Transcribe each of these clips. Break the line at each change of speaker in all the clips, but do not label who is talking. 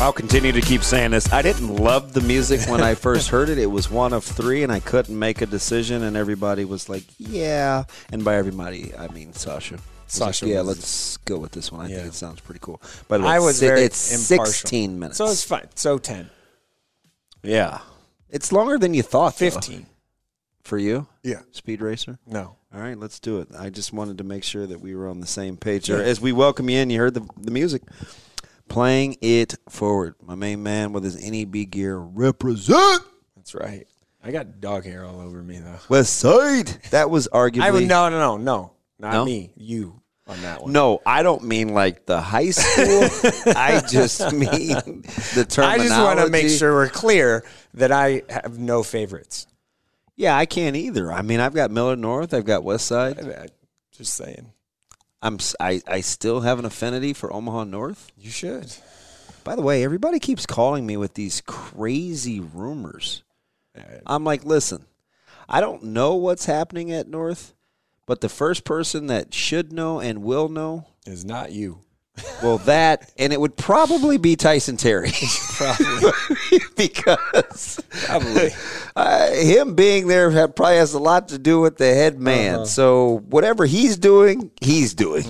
I'll continue to keep saying this. I didn't love the music when I first heard it. It was one of three, and I couldn't make a decision. And everybody was like, "Yeah," and by everybody, I mean Sasha. Was
Sasha
like, yeah,
was-
let's go with this one. I
Yeah.
think it sounds pretty cool. By the way,
I was
si-
very
it's
impartial.
sixteen minutes.
So it's fine. So 10,
yeah, it's longer than you thought. though.
15.
for you,
Yeah.
Speed Racer.
No.
All right, let's do it. I just wanted to make sure that we were on the same page. there. As we welcome you in, you heard the, the music. Playing it forward. My main man with his NEB gear represent
That's right. I got dog hair all over me, though.
West Side. That was arguably.
I would, no, no, no, no. Not
No?
me. You on that one.
No, I don't mean like the high school. I just mean the terminology.
I just want to make sure we're clear that I have no favorites.
Yeah, I can't either. I mean, I've got Miller North. I've got West Side.
I- I- Uh, Just saying.
I'm. s- I, I still have an affinity for Omaha North.
You should.
By the way, everybody keeps calling me with these crazy rumors. I'm like, listen, I don't know what's happening at North, but the first person that should know and will know,
It's not you.
well, that, and it would probably be Tyson Terry.
Probably.
because
Probably.
uh, him being there ha- probably has a lot to do with the head man. So whatever he's doing, he's doing.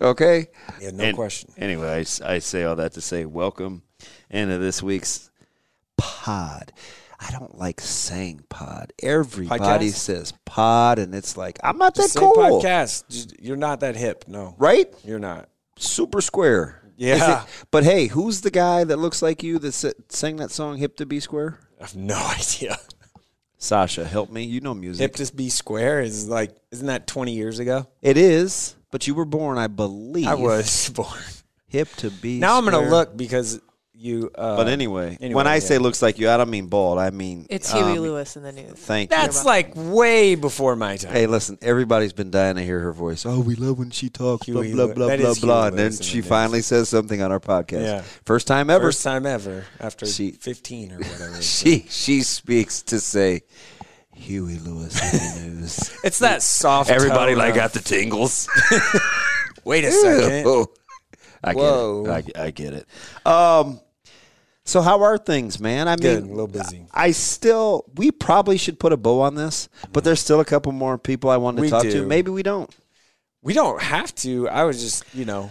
Okay.
Yeah, no
And-
question.
Anyway, I s- I, say all that to say welcome into this week's pod. I don't like saying pod. Everybody
Podcast?
says pod, and it's like I'm not that
Say
cool,
podcast. Just- You're not that hip. No.
right?
You're not.
Super square. Is
Yeah.
it- but hey, who's the guy that looks like you that s- sang that song "Hip to Be Square"?
I have no idea.
Sasha, help me. You know music.
Hip to be square is like, isn't that 20 years ago?
It is, but you were born, I believe.
I was born.
hip to be.
Now I'm going to
square.
look because you. Uh,
But anyway,
Anyway,
when I
yeah.
say looks like you, I don't mean bald. I mean
It's
um,
Huey Lewis in the news.
Thank
that's
you.
like way before my time.
Hey, listen, everybody's been dying to hear her voice. Oh, we love when she talks. Blah
Huey
blah
Lew-
blah
that
blah
is Huey
blah. And then
Lewis in
she
the news.
finally says something on our podcast.
Yeah.
First time ever.
First time ever after
She-
15 or whatever.
She she speaks to say Huey Lewis in the news.
it's that soft. tone of,
the tingles.
Wait a second.
Oh, I
Whoa.
get it. I, I get it. Um, so how are things, man? I
Good,
mean,
a little busy.
I still, we probably should put a bow on this, but there's still a couple more people I wanted to
We
talk to.
do.
Maybe we don't.
We don't have to. I was just, you know,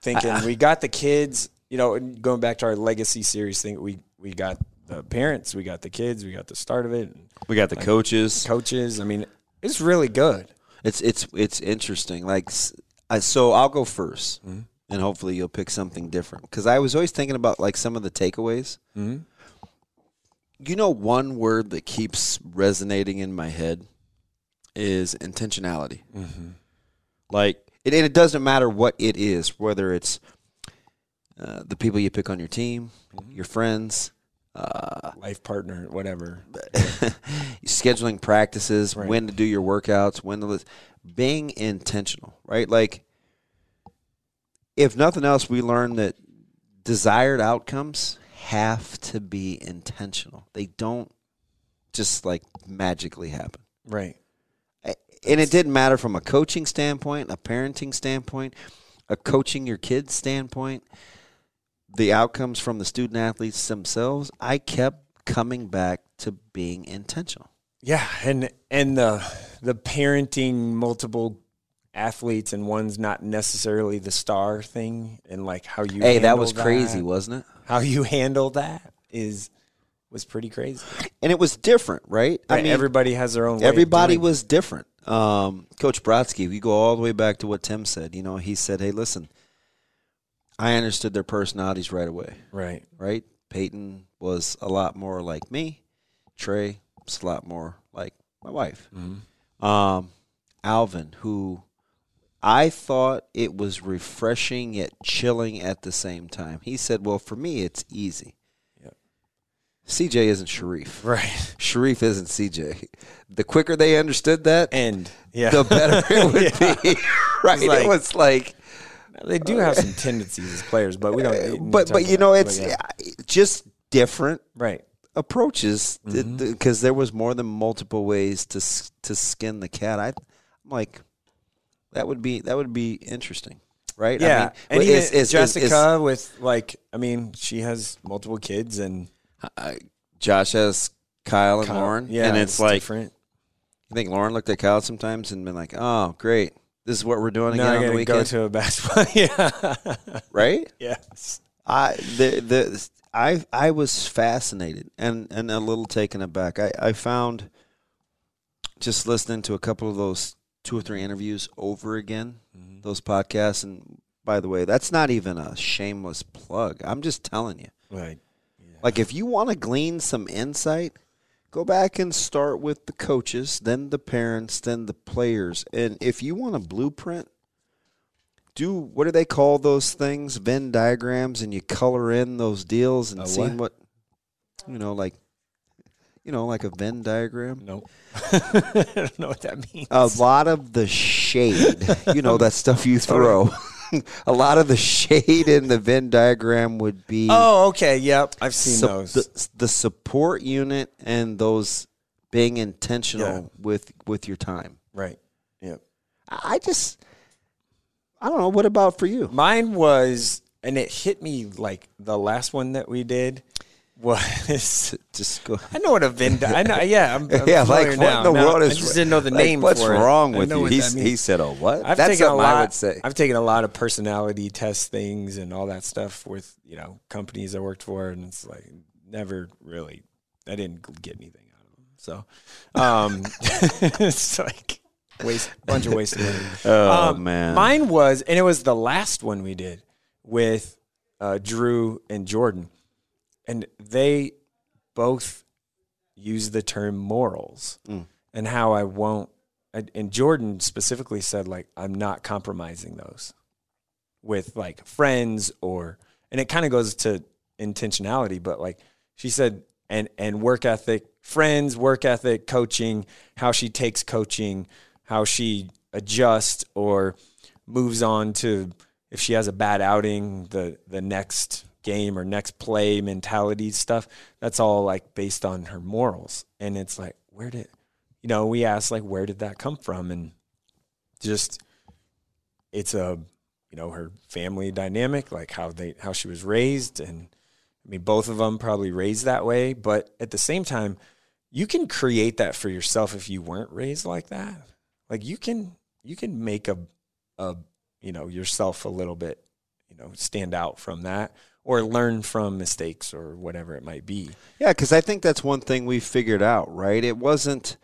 thinking we got the kids, you know, and going back to our legacy series thing, we we got the parents, we got the kids, we got the start of it, and
We got the coaches.
coaches. I mean, it's really good.
It's it's it's interesting. Like, s- I, so I'll go 1st and hopefully you'll pick something different because I was always thinking about like some of the takeaways. You know, one word that keeps resonating in my head is intentionality. Like, it, and it doesn't matter what it is, whether it's uh, the people you pick on your team, your friends,
Life partner, whatever.
scheduling practices, when to do your workouts, when to lis- being intentional, right? Like if nothing else we learned that desired outcomes have to be intentional. They don't just like magically happen.
Right.
A- And it didn't matter from a coaching standpoint, a parenting standpoint, a coaching your kids standpoint, the outcomes from the student athletes themselves, I kept coming back to being intentional.
Yeah, and and the the parenting multiple athletes and one's not necessarily the star thing, and like how you
Hey, that
handle
was crazy, wasn't it?
How you handle that is was pretty crazy.
And it was different, right?
Right, everybody has their own. way of
everybody
doing
was different. Um, Coach Brodsky, we go all the way back to what Tim said. You know, he said, "Hey, listen, I understood their personalities right away.
it. right.
Right? Peyton was a lot more like me. Trey It's a lot more like my wife.
Mm-hmm.
Um, Alvin, who I thought it was refreshing yet chilling at the same time. He said, "Well, for me, it's easy."
Yep.
CJ isn't Sharif.
Right.
Sharif isn't CJ. The quicker they understood that,
And yeah,
the better it would be. right?
It's like-
it was like,
they do have some tendencies as players, but we don't.
Uh, but but you know, it's
yeah.
uh, just different
right.
approaches because
Mm-hmm.
there was more than multiple ways to s- to skin the cat. I, I'm like, that would be that would be interesting, right? I
Yeah,
mean,
and
is-
even
is- is- is-
Jessica with like, I mean, she has multiple kids, and
uh, Josh has Kyle and Lauren,
yeah,
and it's, like
different.
you think Lauren looked at Kyle sometimes and been like, oh, great, this is what we're doing
Now
again on
I'm
the
gonna go
weekend,
to a basketball. yeah,
right?
yes,
I the the I I was fascinated and and a little taken aback. I I found just listening to a couple of those two or three interviews over again, those podcasts. And by the way, that's not even a shameless plug. I'm just telling you.
like
Like if you want to glean some insight, go back and start with the coaches, then the parents, then the players. And if you want a blueprint, do what do they call those things? Venn diagrams and you color in those deals and
A
see what? you know, like you know, like a Venn diagram.
no, I don't know what that means.
A lot of the shade, you know, that stuff you throw. a lot of the shade in the Venn diagram would be
Oh, okay, yep, I've seen
sup-
those.
The, the support unit and those being intentional
Yeah.
with with your time.
right, yep.
I I just I don't know. What about for you?
Mine was, and it hit me like the last one that we did was.
Just go.
I know what a Venn. di- I know, yeah, I'm, I'm
yeah, like
familiar
what
now.
in the
Now,
world is?
I just didn't know the
like,
name.
What's
for it.
wrong
I
with
know
you?
what that
He's,
means.
he said, "Oh, what?"
I've
That's
taken a
something
lot,
I would say.
I've taken a lot of personality test things and all that stuff with you know companies I worked for, and it's like never really. I didn't g- get anything out of them, so um, it's like waste bunch of wasted money.
oh
Um, Mine was, and it was the last one we did with uh, Drew and Jordan, and they both use the term morals and how I won't. And and Jordan specifically said, like, I'm not compromising those with like friends or, and it kind of goes to intentionality, but like she said, and and work ethic, friends, work ethic, coaching, how she takes coaching, how she adjusts or moves on to if she has a bad outing, the the next game or next play mentality stuff. That's all like based on her morals, and it's like where did you know we asked like where did that come from and just it's a you know her family dynamic like how they how she was raised and i mean both of them probably raised that way but at the same time you can create that for yourself if you weren't raised like that like you can you can make a a you know yourself a little bit you know stand out from that or learn from mistakes or whatever it might be
Yeah, because I think that's one thing we figured out, right? It wasn't,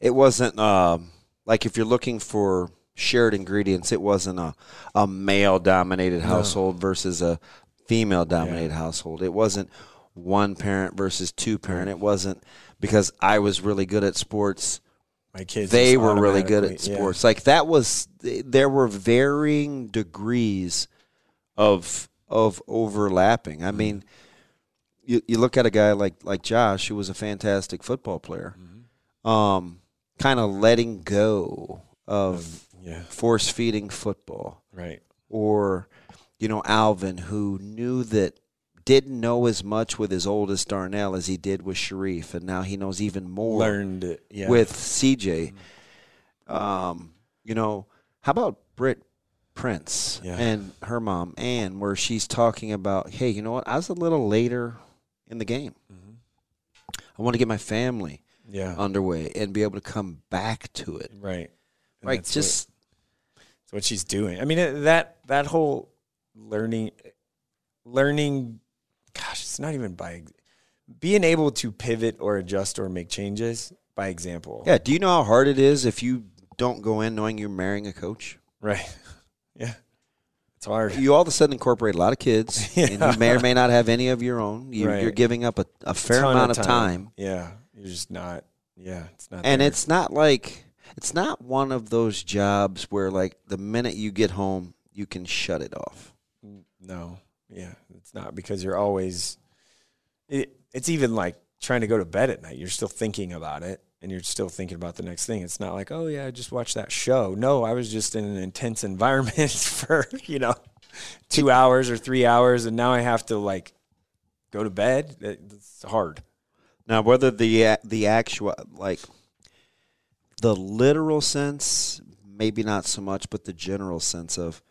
it wasn't um, like if you're looking for shared ingredients, it wasn't a, a male dominated household versus a female dominated household. It wasn't one parent versus two parent. It wasn't because I was really good at sports
my kids
they
just
were really good at
automatically- yeah.
sports. Like that was there were varying degrees of of overlapping.
Mm-hmm.
I mean, you you look at a guy like like Josh, who was a fantastic football player,
Mm-hmm.
um, kind of letting go of
yeah
force feeding football
right
or you know Alvin who knew that didn't know as much with his oldest Darnell as he did with Sharif and now he knows even more
learned it yeah
with CJ. Um, you know, how about Britt Prince
Yeah.
and her mom Ann, where she's talking about, hey, you know what? I was a little later in the game. I want to get my family
Mm-hmm. yeah
underway and be able to come back to it.
right And
Like
that's what-
just
It's what she's doing. I mean it- that that whole learning, learning, gosh, it's not even by being able to pivot or adjust or make changes by example.
yeah. Do you know how hard it is if you don't go in knowing you're marrying a coach?
Right. Yeah. It's hard.
You all of a sudden incorporate a lot of kids, and you may or may not have any of your own. You,
Right.
You're giving up a, a fair
Ton of
amount of time
Yeah. You're just not. Yeah, it's not.
and
there.
it's not like it's not one of those jobs where like the minute you get home you can shut it off
no. Yeah, it's not because you're always. It, it's even like trying to go to bed at night. You're still thinking about it, and you're still thinking about the next thing. It's not like, oh yeah, I just watched that show. No, I was just in an intense environment for you know two hours or three hours, and now I have to like go to bed. It- It's hard.
now whether the a- the actual like the literal sense maybe not so much but the general sense of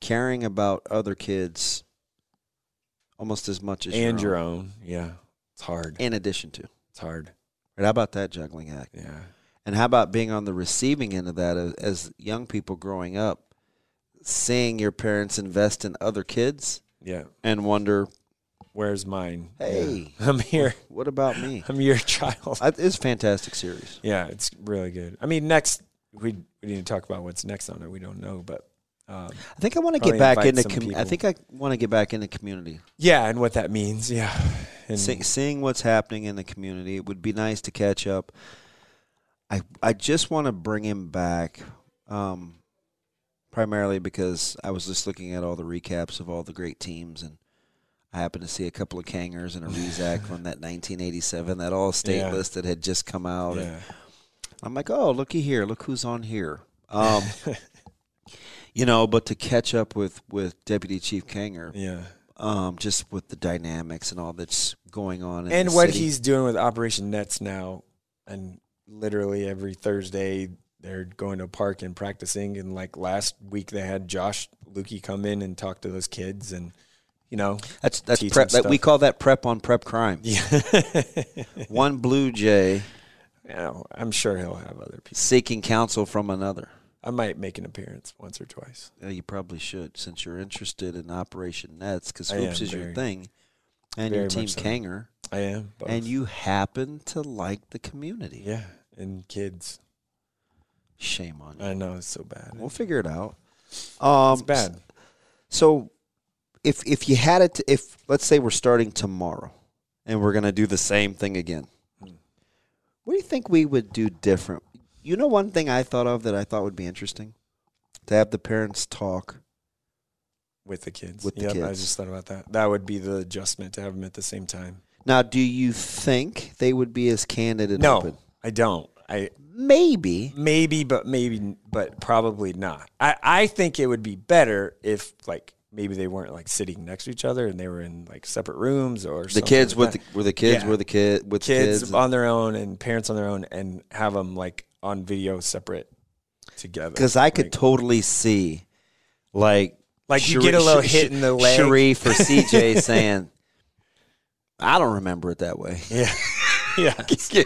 caring about other kids almost as much as
and
your
your
own,
own. Yeah, it's hard.
in addition to
It's hard.
right how about that juggling act
Yeah.
And how about being on the receiving end of that as, as young people growing up, seeing your parents invest in other kids
Yeah.
and wonder,
Where's mine? Yeah.
Hey.
I'm here.
what about me?
I'm your child.
I- It's a fantastic series.
Yeah, it's really good. I mean, next we we need to talk about what's next on it. We don't know, but um,
I think I want to get
Probably
back
invite
into.
some
Com- I
people.
think I want to get back into community.
yeah, and what that means. Yeah, and
See, seeing what's happening in the community, it would be nice to catch up. I I just want to bring him back, um, primarily because I was just looking at all the recaps of all the great teams, and I happened to see a couple of Kangers and a Rezac from that 1987, that all state
Yeah.
list that had just come out. And
yeah,
I'm like, oh, looky here, look who's on here. Um, you know, but to catch up with with Deputy Chief Kanger,
yeah,
um, just with the dynamics and all that's going on, in
and
the
what
city.
he's doing with Operation Nets now, and literally every Thursday they're going to a park and practicing. And like last week, they had Josh Lukey come in and talk to those kids, and you know,
That's that's
teach
prep.
them
That, we
stuff.
call that prep on prep crime.
yeah,
One blue jay
you know, I'm sure he'll have other people.
seeking counsel from another.
I might make an appearance once or twice.
Uh, you probably should, since you're interested in Operation Nets, because
I
hoops
am
is your
very-
thing, and
very
your team
much so.
Kanger,
I am, both.
and you happen to like the community.
yeah, and kids.
Shame on you.
I know it's so bad.
We'll figure it out. Um,
it's bad.
So, if if you had it, to, if let's say we're starting tomorrow, and we're gonna do the same thing again,
Hmm.
what do you think we would do different? You know, one thing I thought of that I thought would be interesting to have the parents talk.
with the kids.
With the
Yep, I
kids.
just thought about that. That would be the adjustment to have them at the same time.
Now, do you think they would be as candid and
no,
open?
I don't. I
Maybe.
maybe, but maybe, n- but probably not. I I think it would be better if like maybe they weren't like sitting next to each other and they were in like separate rooms or
The kids with the, were the kids
Yeah.
were the kid with the
kids
kids.
on their own and parents on their own and have them like on video separate together.
Because I could
Like-
totally see, like,
Like, you get a little
Shari-
hit in the leg.
Sharif or CJ saying, "I don't remember it that way,"
yeah, yeah.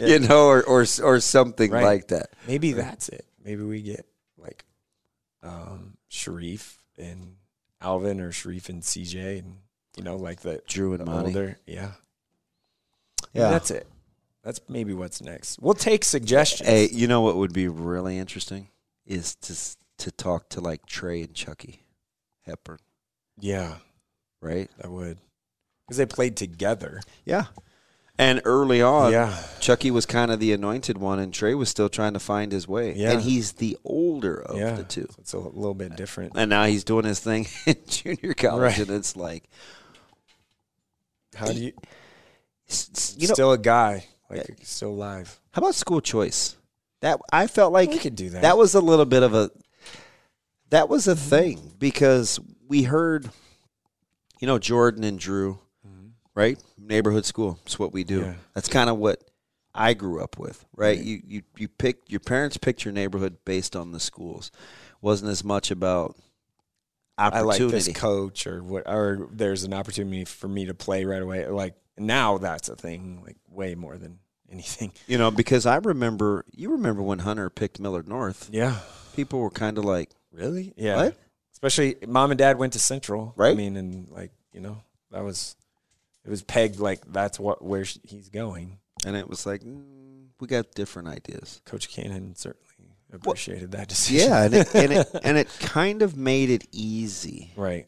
you know, or or or something
Right.
like that.
Maybe that's it. Maybe we get like um Sharif and Alvin or Sharif and CJ and you know, like the
Drew and
the
Monty.
older. Yeah.
Yeah.
Yeah. That's it. That's maybe what's next. We'll take suggestions.
Hey, you know what would be really interesting is to s- to talk to like Trey and Chucky Hepburn,
Yeah,
right?
that would. Because they played together.
Yeah. And early on,
yeah.
Chucky was kind of the anointed one, and Trey was still trying to find his way.
Yeah.
And he's the older of
yeah.
the two.
So it's a little bit different.
And now he's doing his thing in junior college,
Right.
and it's like,
How do you,
s- s- you know,
still a guy, like still alive.
How about school choice? That I felt like
We could do that.
That was a little bit of a that was a thing because we heard, you know, Jordan and Drew, right? Neighborhood school. It's what we do.
Mm-hmm. Yeah.
That's kind of what I grew up with, right? You you you pick your parents picked your neighborhood based on the schools. Wasn't as much about
I like this
opportunity.
coach or what or there's an opportunity for me to play right away. Like now that's a thing, like way more than anything.
you know, because I remember you remember when Hunter picked Millard North,
Yeah.
people were kind of like,
Really? Yeah.
What?
Especially mom and dad went to Central. I
Right.
mean, and like, you know, that was it was pegged like that's what where sh- he's going.
and it was like mm, we got different ideas.
Coach Cannon certainly appreciated that decision.
Yeah, and it, and it and it kind of made it easy
Right.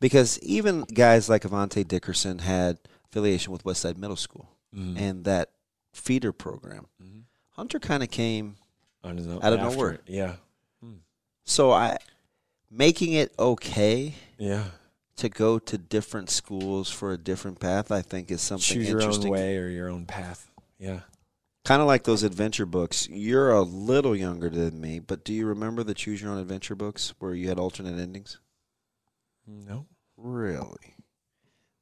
because
Mm-hmm.
Mm-hmm. even guys like Avante Dickerson had affiliation with Westside Middle School, and that feeder program. Hunter kind of came
Out
Out of nowhere.
Yeah.
so I making it okay
Yeah.
to go to different schools for a different path. I think is something
Choose your
interesting.
own way or your own path. Yeah.
Kind of like those adventure books. You're a little younger than me, but do you remember the Choose Your Own Adventure books where you had alternate endings?
No.
Really?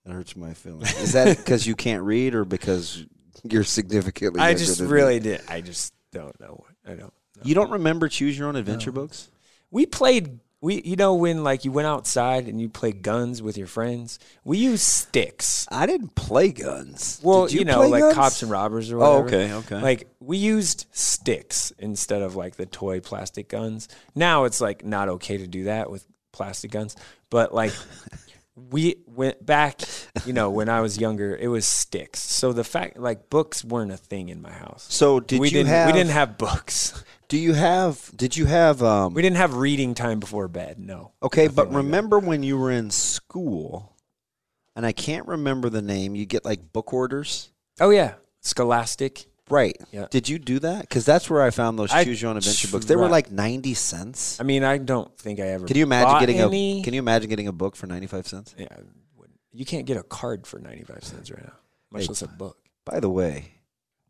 That hurts my feelings. Is that because you can't read or because you're significantly
I
younger
just
than me?
really did. I just don't know. I don't. know.
You don't remember Choose Your Own Adventure books?
We played. We you know when like you went outside and you played guns with your friends. We used sticks.
I didn't play guns.
Well,
Did
you, know,
play
like
guns?
cops and robbers or whatever.
Oh, okay, okay.
Like we used sticks instead of like the toy plastic guns. Now it's like not okay to do that with plastic guns, but like we went back, you know, when I was younger, it was sticks. So the fact like books weren't a thing in my house.
so did
we
you
didn't
have?
we didn't have books.
Do you have? Did you have? Um,
We didn't have reading time before bed. No.
Okay, but remember when you were in school, and I can't remember the name. You get like book orders,
Oh yeah, Scholastic.
right?
Yeah.
Did you do that? Because that's where I found those
I
choose your own adventure books. They were
tried.
like ninety cents.
I mean, I don't think I ever.
Can you imagine
bought
getting
any.
a? Can you imagine getting a book for ninety five cents?
Yeah, I wouldn't. you can't get a card for ninety five cents right now. Much less a book.
By the way,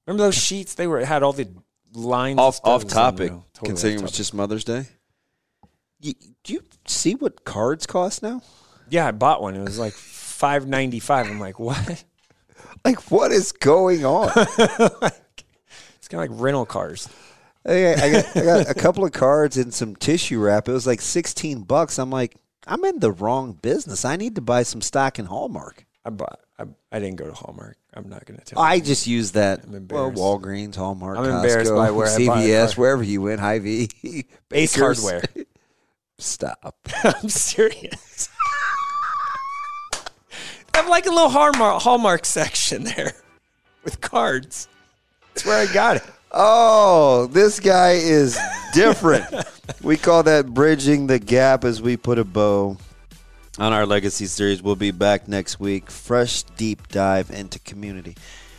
Remember those sheets? They were had all the lines.
off
and
off
stuff. It was unreal.
topic.
Totally off
considering it was
topic.
just Mother's Day. You, do you see what cards cost now?
yeah, I bought one. It was like five ninety five. I'm like, what?
Like, what is going on?
It's kind of like rental cars.
I, I, got, I got a couple of cards and some tissue wrap. It was like 16 bucks. I'm like, I'm in the wrong business. I need to buy some stock in Hallmark.
I bought. I, I didn't go to Hallmark. I'm not gonna tell. you.
I just use that. Well,
embarrassed.
Walgreens, Hallmark,
I'm
Costco,
embarrassed by where I buy a
CVS,
card.
wherever you went, Hy-Vee,
Ace
Baker's.
Hardware.
Stop.
I'm serious. I have like a little Hallmark, Hallmark section there with cards. That's where I got it.
Oh, this guy is different. we call that bridging the gap as we put a bow on our legacy series. We'll be back next week. Fresh deep dive into community.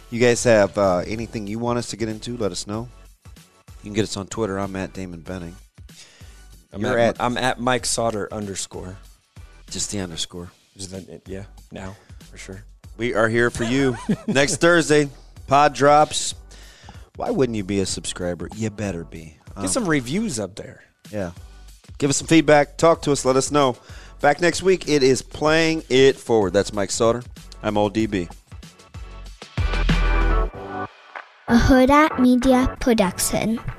You guys have uh, anything you want us to get into? Let us know. You can get us on Twitter. I'm at Damon Benning.
I'm
You're
at,
at-
I'm at Mike Sauter underscore.
Just the underscore.
Is that it? Yeah, now for sure.
We are here for you next Thursday. Pod drops. Why wouldn't you be a subscriber? You better be.
Get some reviews up there.
Yeah. Give us some feedback. Talk to us. Let us know. Back next week, it is Playing It Forward. That's Mike Sauter. I'm Old DB.
a Huda Media Production.